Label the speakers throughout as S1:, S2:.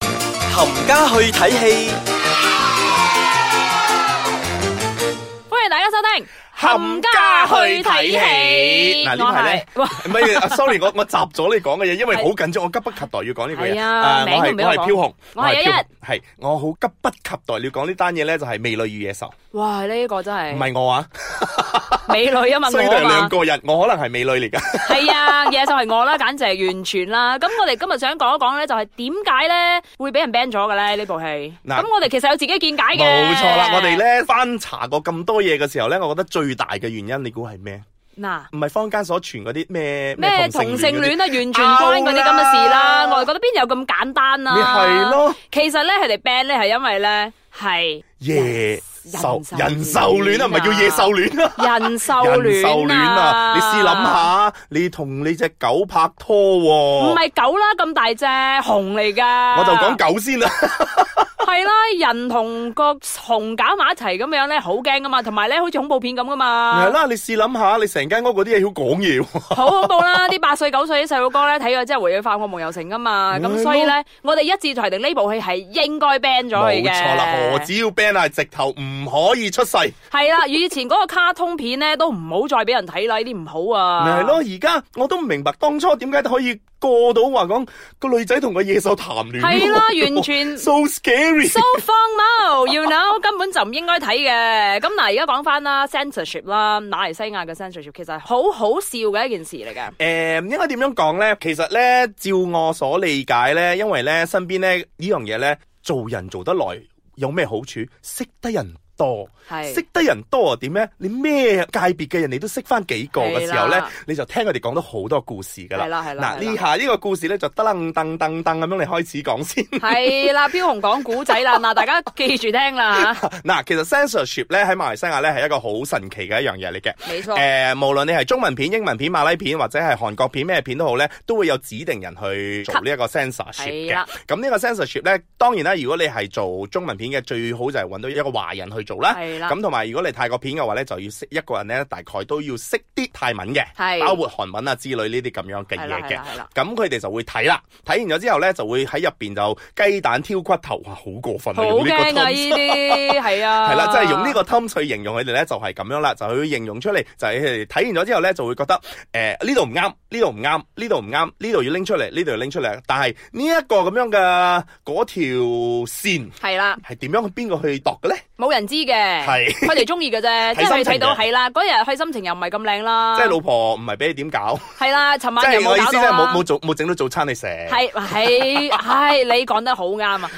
S1: 冚家去睇戲，
S2: 歡迎大家收聽《
S3: 冚家去睇戲
S2: 我
S3: 嗱
S2: 係
S3: 呢排咧
S2: 哇
S3: 唔係啊，sorry，我我閘咗你講嘅嘢，因為好緊張，我急不及待要講呢句嘢。
S2: 係啊
S3: 誒
S2: 名
S3: 我
S2: 都唔俾
S3: 係
S2: 我
S3: 我係
S2: 講
S3: 飄紅，
S2: 我係
S3: 飄
S2: 一一
S3: 紅，係我好急不及待要講呢單嘢咧，就係《美女與野獸》，
S2: 哇！呢個真係
S3: 唔係我啊，
S2: 美女啊嘛，
S3: 所以都係
S2: 我嘛
S3: 兩，個人，我可能係美女嚟㗎。
S2: 係啊，嘢就係我啦，簡直係完全啦。咁我哋今日想講一講咧，就係點解咧會俾人 ban 咗嘅咧呢部戲？
S3: 嗱
S2: 咁我哋其實有自己見解嘅。
S3: 冇錯啦，我哋咧翻查過咁多嘢嘅時候咧，我覺得最大嘅原因，你估係咩？
S2: 嗱。
S3: 唔係坊間所傳嗰啲咩
S2: 咩同性
S3: 嗰
S2: 戀
S3: 啲
S2: 啊，完全關嗰啲咁嘅事啦，
S3: out 啦
S2: 我哋覺得邊有咁簡單啊？
S3: 咪係咯，
S2: 其實咧佢哋 ban 咧係因為咧係
S3: 野
S2: 獸
S3: 獸人獸戀啊，唔係叫野獸戀啊。
S2: 人獸
S3: 人獸
S2: 戀
S3: 戀啊！你試諗。下，你同你只狗拍拖喎、
S2: 唔係狗啦，咁大隻熊嚟噶。
S3: 哦我就講狗先啦。
S2: 係啦，人同個熊搞埋一齊咁樣咧，好驚噶嘛，同埋咧好似恐怖片咁噶嘛。
S3: 係啦，你試諗下，你成間屋嗰啲嘢要講嘢喎。
S2: 好恐怖啦！ 啲八歲九歲啲細路哥咧睇咗之後回去發惡夢又成噶嘛，
S3: 係咯
S2: 咁所以咧，我哋一致裁定呢部戲係應該 ban 咗佢
S3: 冇
S2: 嘅。
S3: 錯啦，何止要 ban 啊，直頭唔可以出世。咪
S2: 係啦，以前嗰個卡通片咧都唔好再俾人睇啦，呢啲唔好啊。
S3: 係咯，而家我都唔明白當初點解可以過到話講個女仔同個野獸談戀愛。
S2: 係啦完全
S3: so scary。
S2: So 荒謬，you know，根本就唔應該睇嘅。咁嗱，而家講翻啦，censorship 啦，馬來西亞嘅 censorship 其實係好好笑嘅一件事嚟嘅。
S3: 誒、應該點樣講咧？其實咧，照我所理解咧，因為咧身邊咧呢樣嘢咧，做人做得耐有咩好處？識得人多，
S2: 係
S3: 識得人多啊點咧？你咩界別嘅人你都識翻幾個嘅時候
S2: 係
S3: 咧
S2: 啦，
S3: 你就聽佢哋講到好多故事㗎啦。
S2: 係啦係啦
S3: 嗱
S2: 係啦
S3: 呢下呢個故事咧就得楞噔噔噔咁樣，你開始講先。
S2: 係啦，飄紅講古仔啦， 嗱，大家記住聽啦吓，
S3: 嗱，其實 censorship 咧喺馬來西亞咧係一個好神奇嘅一樣嘢嚟嘅。
S2: 冇
S3: 誒、
S2: 錯，
S3: 無論你係中文片、英文片、馬拉片或者係韓國片咩片都好咧，都會有指定人去做呢一個 censorship
S2: 係
S3: 嘅
S2: 啦。
S3: 咁呢個 censorship 咧，當然啦，如果你係做中文片嘅，最好就係揾到一個華人去做啦。
S2: 係啦，
S3: 咁同埋如果你泰國片嘅話咧，就要識一個人咧，大概都要識啲泰文嘅，
S2: 係
S3: 包括韓文啊之類呢啲咁樣嘅
S2: 係啦
S3: 嘢
S2: 係
S3: 嘅
S2: 啦。係啦，
S3: 咁佢哋就會睇啦，睇完咗之後咧，就會喺入邊就雞蛋挑骨頭，哇，好過分啊！
S2: 好
S3: 用呢個
S2: 驚啊！
S3: terms
S2: 呢啲係啊，
S3: 係啦，即係用呢個 term 去形容佢哋咧，就係咁樣啦，就去形容出嚟，就係佢哋睇完咗之後咧，就會覺得誒呢度唔啱，呢度唔啱，呢度唔啱，呢度要拎出嚟，呢度要拎出嚟。但係呢一個咁樣嘅嗰條線
S2: 係啦，
S3: 係點樣去邊個去度嘅咧？
S2: 冇人知嘅，
S3: 係
S2: 佢哋中意嘅啫，即係佢哋睇到係啦，嗰日佢心情又唔係咁靚啦，
S3: 即係老婆唔係俾你點搞，
S2: 係啦，尋
S3: 即
S2: 晚又
S3: 係我
S2: 冇
S3: 意
S2: 搞
S3: 思，即
S2: 到
S3: 係冇
S2: 啦
S3: 冇，做冇整到早餐你食。係
S2: 係係係，你講得好啱啊！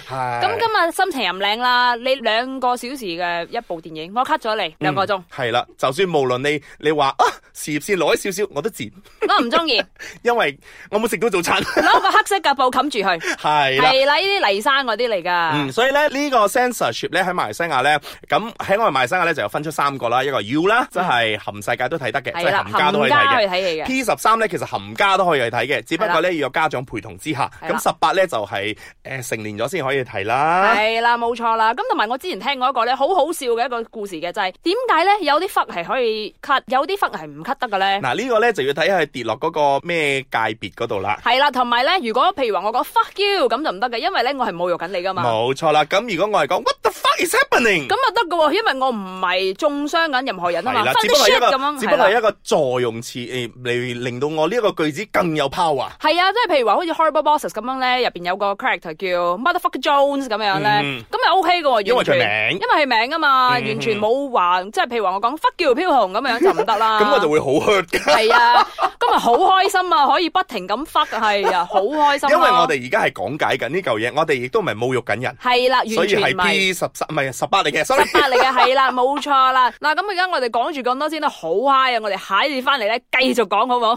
S2: 咁今日心情又唔靚啦，你兩個小時嘅一部電影，我 cut 咗你兩個鐘，
S3: 係啦，就算無論你你話啊事業線攞少少，我都賤，
S2: 我唔中 意，
S3: 因為我冇食到早餐。
S2: 攞個黑色嘅布冚住佢，
S3: 係啦。
S2: 係啦，呢啲泥山嗰啲嚟㗎，
S3: 嗯，所以咧呢、個 censorship 咧喺馬來西亞咧，咁喺我哋馬來西亞咧就有分出三個啦，一個 U 啦，即係含世界都睇得嘅，即
S2: 嗯係
S3: 係
S2: 啦，
S3: 含家都可以睇
S2: 家去
S3: 嘅。
S2: 睇戲嘅，
S3: P 十三咧其實含家都可以去睇嘅，只不過咧要有家長陪同之下。
S2: 係啦
S3: 咁十八咧就係、呃成年咗先可以睇啦。
S2: 係啦，冇錯啦。咁同埋我之前聽過一個咧好好笑嘅一個故事嘅，就係點解咧有啲忽係可以 cut，有啲忽係唔 cut 得嘅咧？
S3: 嗱呢個咧就要睇下佢跌落嗰個咩界別嗰度啦。
S2: 係啦，同埋咧，如果譬如話我講 fuck you 咁就唔得嘅，因為咧我係侮辱緊你㗎嘛。
S3: 冇錯啦，咁如果我係講 What the fuck is happening？
S2: 啊咁啊得嘅喎，因為我唔係中傷緊任何人啊嘛
S3: 係啦，，
S2: 分
S3: 只
S2: 啲
S3: 不過係
S2: shit
S3: 一
S2: 咁樣，
S3: 個只不過
S2: 係
S3: 係
S2: 啦
S3: 一個助用詞誒嚟令到我呢一個句子更有 power。
S2: 係啊，即係譬如話好似 Horrible Bosses 咁樣咧，入邊有個 character 叫 Motherfucker Jones 咁樣咧
S3: 嗯，
S2: 咁係 OK 嘅喎，完全
S3: 因為佢名
S2: 因為佢名啊嘛，
S3: 嗯
S2: 完全冇話即係譬如話我講 fuck you 飄紅咁樣 就唔得啦。
S3: 咁我就會好 hurt 㗎。
S2: 係啊，今日好開心啊，可以不停咁 fuck 係啊，好開心啊。
S3: 因為我哋而家係講解緊呢嚿嘢，我哋亦都唔係侮辱緊人，
S2: 係啦，
S3: 所
S2: 完
S3: 以
S2: 全唔
S3: 係
S2: 係
S3: P 十三唔係十八嚟嘅，sorry。
S2: 八嚟嘅係啦，冇錯啦。嗱，咁而家我哋講住咁多先啦，好 high 啊！我哋下一次翻嚟咧，繼續講好冇？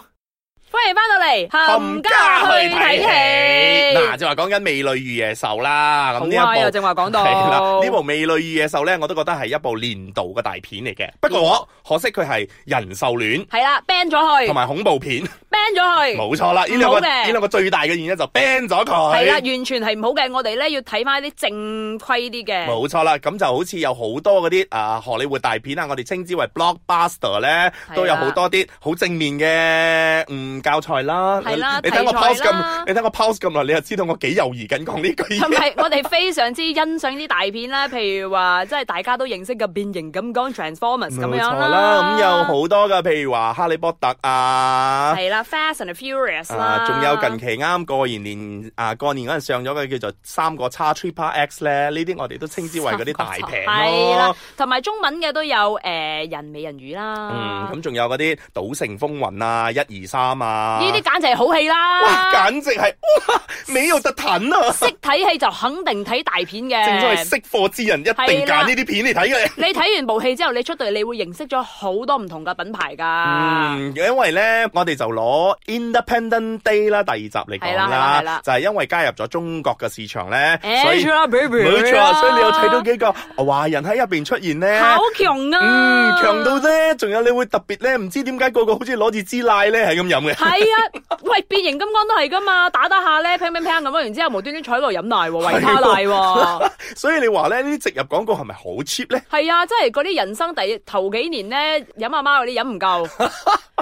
S2: 歡迎翻到嚟，冚家去睇戲。
S3: 嗱，就話講緊《美女與野獸》啦，咁
S2: 好
S3: 呢
S2: high 啊！
S3: 一部
S2: 正話講到
S3: 係啦，呢部《美女與野獸》咧，我都覺得係一部年度嘅大片嚟嘅。不過
S2: 嗯
S3: 我可惜佢係人獸戀
S2: 係啦，ban 咗佢
S3: 同埋恐怖片，
S2: ，ban 咗佢，
S3: 冇錯啦。呢兩
S2: 嗯唔好
S3: 個
S2: 嘅
S3: 呢兩個最大嘅原因就 ban 咗
S2: 係啦，
S3: 佢。
S2: 完全係唔好嘅。我哋咧要睇翻啲正規啲嘅，
S3: 冇錯啦，咁就好似有好多嗰啲啊荷里活大片啊，我哋稱之為 blockbuster 咧，都有好多啲好正面嘅嗯嗯教材啦，
S2: 係啦
S3: 你你睇我
S2: 題材啦
S3: pause 咁，你睇我 pause 咁耐，你就知道我幾猶豫緊講呢句
S2: 同
S3: 嘢。
S2: 埋我哋非常之欣賞啲大片啦，譬如話即係大家都認識嘅變形金剛 Transformers 咁
S3: 冇
S2: 樣
S3: 錯啦，咁有好多噶，譬如話《哈利波特》啊，
S2: 係啦，Fast and Furious 啦，
S3: 啊，仲有近期啱過完年啊，過年嗰陣上咗嘅叫做《三個叉 Triple X》咧，呢啲我哋都稱之為嗰啲大 平
S2: 係啦
S3: 咯。，
S2: 同埋中文嘅都有誒人美人魚
S3: 嗯，
S2: 啦，
S3: 咁仲有嗰啲《賭城風雲》啊，《一二三》啊，
S2: 呢啲簡直係好戲
S3: 哇，
S2: 啦。
S3: 簡直係哇，美有特騰啊！
S2: 識睇戲就肯定睇大片嘅，
S3: 正所謂識貨之人一定
S2: 係啦
S3: 揀呢啲片嚟睇嘅。
S2: 你睇完部戲之後，你出到嚟，你會認識咗好多唔同嘅品牌㗎。
S3: 嗯，因為咧，我哋就攞 Independent Day 啦，第二集嚟講
S2: 係啦係啦係啦
S3: 啦，就係因為加入咗中國嘅市場咧，所以
S2: Angelababy
S3: 冇
S2: 啊
S3: 錯，所以你有睇到幾個華人喺入邊出現咧。
S2: 好強啊！
S3: 嗯，強到咧，仲有你會特別咧，唔知點解個個好似攞住支奶咧，係咁飲嘅。
S2: 係啊，喂，變形金剛都係㗎嘛，打打下咧，砰砰砰咁樣，然之後無端端坐喺度飲奶喎，維他奶喎。
S3: 所以你話咧，呢啲植入廣告係咪好 cheap 咧？
S2: 係啊，即係嗰啲人生第頭幾年咧，飲阿媽嗰啲飲唔夠，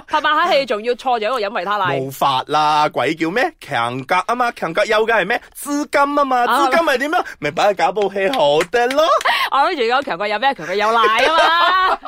S2: 拍拍下戲仲要錯咗喺度飲維他奶。
S3: 冇法啦，鬼叫咩？強格啊嘛，強格有嘅係咩？資金啊嘛，
S2: 啊
S3: 資金係點樣？咪擺去搞部戲好得 咯。
S2: 我諗住講強國有咩強國有奶啊嘛。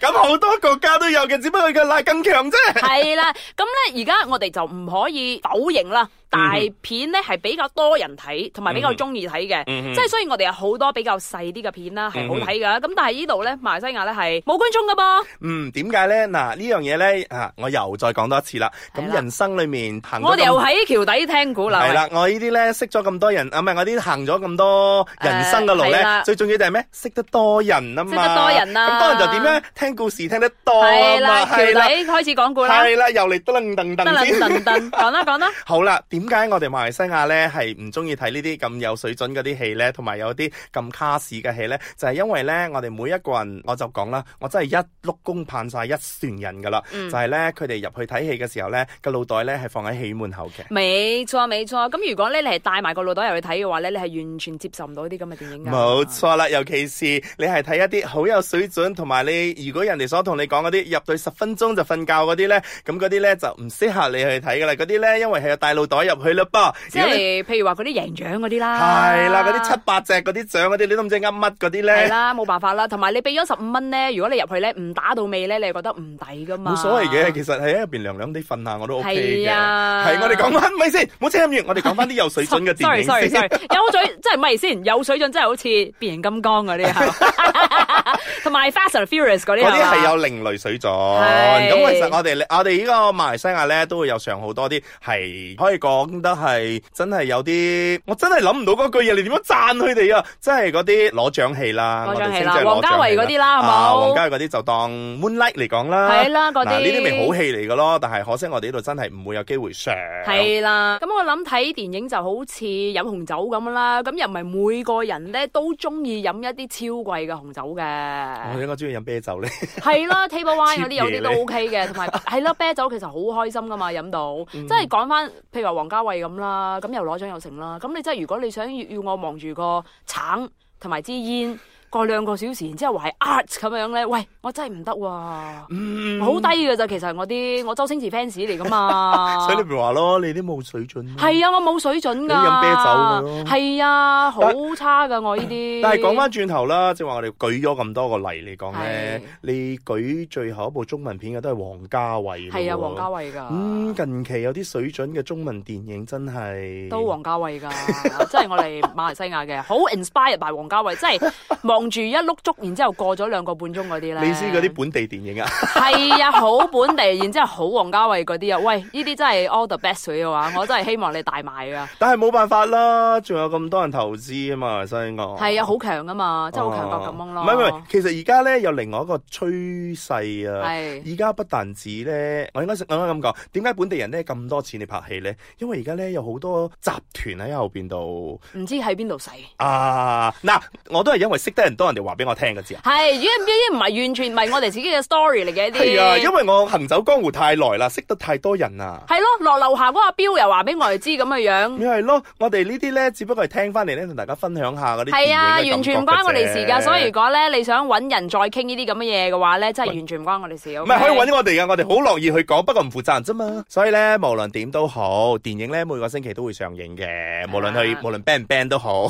S3: 咁好多國家都有嘅，只不過佢嘅奶更強啫。
S2: 系啦，咁咧而家我哋就唔可以否認啦，
S3: 嗯
S2: 大片咧係比較多人睇，同埋比較中意睇嘅，
S3: 嗯
S2: 即係所以我哋有好多比較細啲嘅片啦，係好睇噶。咁但係呢度咧，馬來西亞咧係冇觀眾噶噃，
S3: 嗯，點解咧？嗱，呢樣嘢咧，啊，我又再講多一次啦。咁
S2: 係啦
S3: 人生裏面行咗
S2: 我哋又
S3: 咁
S2: 喺橋底聽鼓樓。啊
S3: 係啦，我呢啲咧識咗咁多人，啊唔係我呢啲行咗咁多人生嘅路
S2: 誒係
S3: 咧
S2: 啦，
S3: 最重要就係咩？識得多人啊嘛，
S2: 識得多人啊
S3: 咁多人就點咧？聽故事聽得多啊
S2: 係
S3: 嘛，
S2: 啦，橋底
S3: 係啦，
S2: 開始講故啦，
S3: 係啦，又嚟得楞噔
S2: 得啦，
S3: 噔先。
S2: 噔噔，講啦講啦，
S3: 好啦，點解我哋馬來西亞咧係唔中意睇呢啲咁有水準嗰啲戲咧，同埋有啲咁卡士嘅戲咧？就係因為咧，我哋每一個人，我就講啦，我真係一碌公盼晒一船人噶啦，
S2: 嗯
S3: 就係咧佢哋入去睇戲嘅時候咧，個腦袋咧係放喺戲門口嘅。
S2: 冇錯冇錯。咁如果咧你係帶埋個腦袋入去睇嘅話咧，你係完全接受唔到呢啲咁嘅電影㗎。
S3: 冇錯啦，尤其是你係睇一啲好有水準，同埋你如果人哋所同你講嗰啲入到十分鐘就瞓覺嗰啲咧，咁嗰啲咧就唔適合你去睇噶啦。嗰啲咧因為係有帶腦袋入去啦噃，
S2: 即
S3: 如果你
S2: 係譬如話嗰啲贏獎嗰啲啦，
S3: 係啦，嗰啲七八隻嗰啲獎嗰啲，你都唔知噏乜嗰啲
S2: 係
S3: 咧，
S2: 啦，冇辦法啦。同埋你俾咗十五蚊咧，如果你入去咧唔打到尾咧，你係覺得唔抵噶嘛。
S3: 冇所謂嘅。其實喺入邊涼涼地瞓下我都 OK 嘅。
S2: 啊係啊
S3: 係我哋講翻咪先，唔好扯咁遠，我哋講翻啲有水準 嘅電
S2: sorry
S3: 影
S2: sorry
S3: 先。
S2: sorry，有水真係咪先？有水準真係好似變形金剛嗰啲啊，同埋 Fast and Furious 嗰啲啊
S3: 嗰啲
S2: 嘛
S3: 係有另類水準，
S2: 係
S3: 咁其實我哋我哋呢個馬來西亞咧都會有上好多啲係可以講得係真係有啲，我真係諗唔到嗰句嘢，你點樣讚佢哋啊？真係嗰啲攞獎戲啦，
S2: 攞獎戲啦
S3: 我哋稱之為攞獎
S2: 王家衛嗰啲啦好冇
S3: 啊王家衛嗰啲就當 Moonlight 嚟講啦，
S2: 係啦嗰啲
S3: 嗱呢啲咪好啊戲嚟嘅咯，但係可惜我哋呢度真係唔會有機會上，
S2: 係啦，咁我諗睇電影就好似飲紅酒咁啦，咁又唔係每個人咧都中意飲一啲超貴嘅紅酒嘅
S3: 我。應該中意飲啤酒咧。
S2: 係 啦，table wine 嗰啲有啲
S3: 切嘢
S2: 都
S3: 你
S2: OK 嘅， 同埋係啦，啤酒其實好開心噶嘛，飲到，
S3: 嗯
S2: 即係講翻，譬如話王家衛咁啦，咁又攞獎又成啦，咁你真係如果你想要要我望住個橙同埋支煙過兩個小時，然之後話係 art 咁樣咧，喂，我真係唔得喎，
S3: 嗯
S2: 好低㗎咋，其實我啲我周星馳 fans 嚟噶 嘛
S3: 所以。你咪話咯，你啲冇水準咯。
S2: 哦係啊，我冇水準㗎。
S3: 你飲啤酒㗎咯
S2: 係啊，好差㗎我呢啲。
S3: 但係講翻轉頭啦，即係話我哋舉咗咁多個例嚟講咧
S2: 係，
S3: 你舉最後一部中文片嘅都係王家衛。
S2: 係啊，王家。衛㗎。
S3: 嗯，近期有啲水準嘅中文電影真係
S2: 都王家衛㗎， 即係我哋馬來西亞嘅，好 inspired by 王家衛，即係望住一碌竹，然之後過咗兩個半鐘嗰啲咧。
S3: 你知嗰啲本 地電影啊？
S2: 係啊，好本地，然之後好王家衛嗰啲啊，喂，呢啲真係 all the best 嘅話，我真係希望你大賣啊㗎。
S3: 但係冇辦法啦，仲有咁多人投資啊嘛，西安。
S2: 係啊，好強啊嘛，即係好強國咁樣咯。
S3: 哦唔係唔係，其實而家咧有另外一個趨勢啊。
S2: 係
S3: 而家不但止咧，我應該我應該咁講，點解本地人咧咁多錢嚟拍戲咧？因為而家咧有好多集團喺後邊度
S2: 唔知喺邊度使？
S3: 啊！嗱，我都係因為識得人人當人哋話俾我聽嘅啫。啊
S2: 係，呢啲呢啲唔係完全唔係我哋自己嘅 story 嚟嘅呢啲。
S3: 係啊，因為我行走江湖太耐啦，識得太多人啦。
S2: 係咯，落樓下嗰個標又話俾我哋知咁嘅樣。
S3: 咪係咯，我哋呢啲咧，只不過係聽翻嚟咧，同大家分享下嗰啲
S2: 係啊，
S3: 電影嘅
S2: 完全唔
S3: 感覺
S2: 關我哋
S3: 嘅啫
S2: 事㗎。所以如果咧你想揾人再傾呢啲咁嘅嘢嘅話咧，真係完全唔關我哋事。
S3: 唔
S2: OK？
S3: 係可以揾我哋嘅，我哋好樂意去講，不過唔負責任啫嘛。所以咧，無論點都好，電影咧每個星期都會上映嘅，無論去
S2: 係啊
S3: 無論 band 唔 band 都好，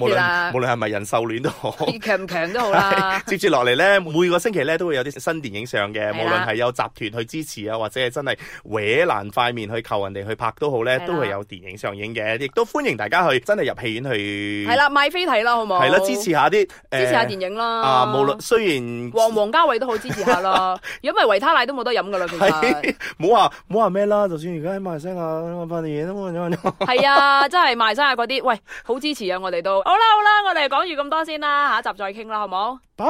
S3: 無
S2: 啦
S3: 論無論係咪人獸戀都好。。
S2: 強唔強都好啦
S3: 接住落嚟咧，每個星期咧都會有啲新電影上嘅，
S2: 係啦
S3: 無論係有集團去支持啊，或者係真係搲爛塊面去求人哋去拍都好咧
S2: 係，啦
S3: 都係有電影上映嘅，亦都歡迎大家去真 係入戲院去
S2: 係啦，買飛睇啦，好冇？
S3: 係啦，支持下啲
S2: 支持下電影啦。
S3: 啊，無論雖然
S2: 黃王家衞都好支持下 啦，如果唔係維他奶都冇得飲㗎啦，其實。
S3: 係冇話冇話咩啦，就算而家喺馬來西亞我拍電影都冇人
S2: 係啊，真係賣晒嗰啲，喂，好支持啊！我哋都好啦好啦，我哋講完咁多先啦，下一集再傾啦，好冇？
S3: 拜。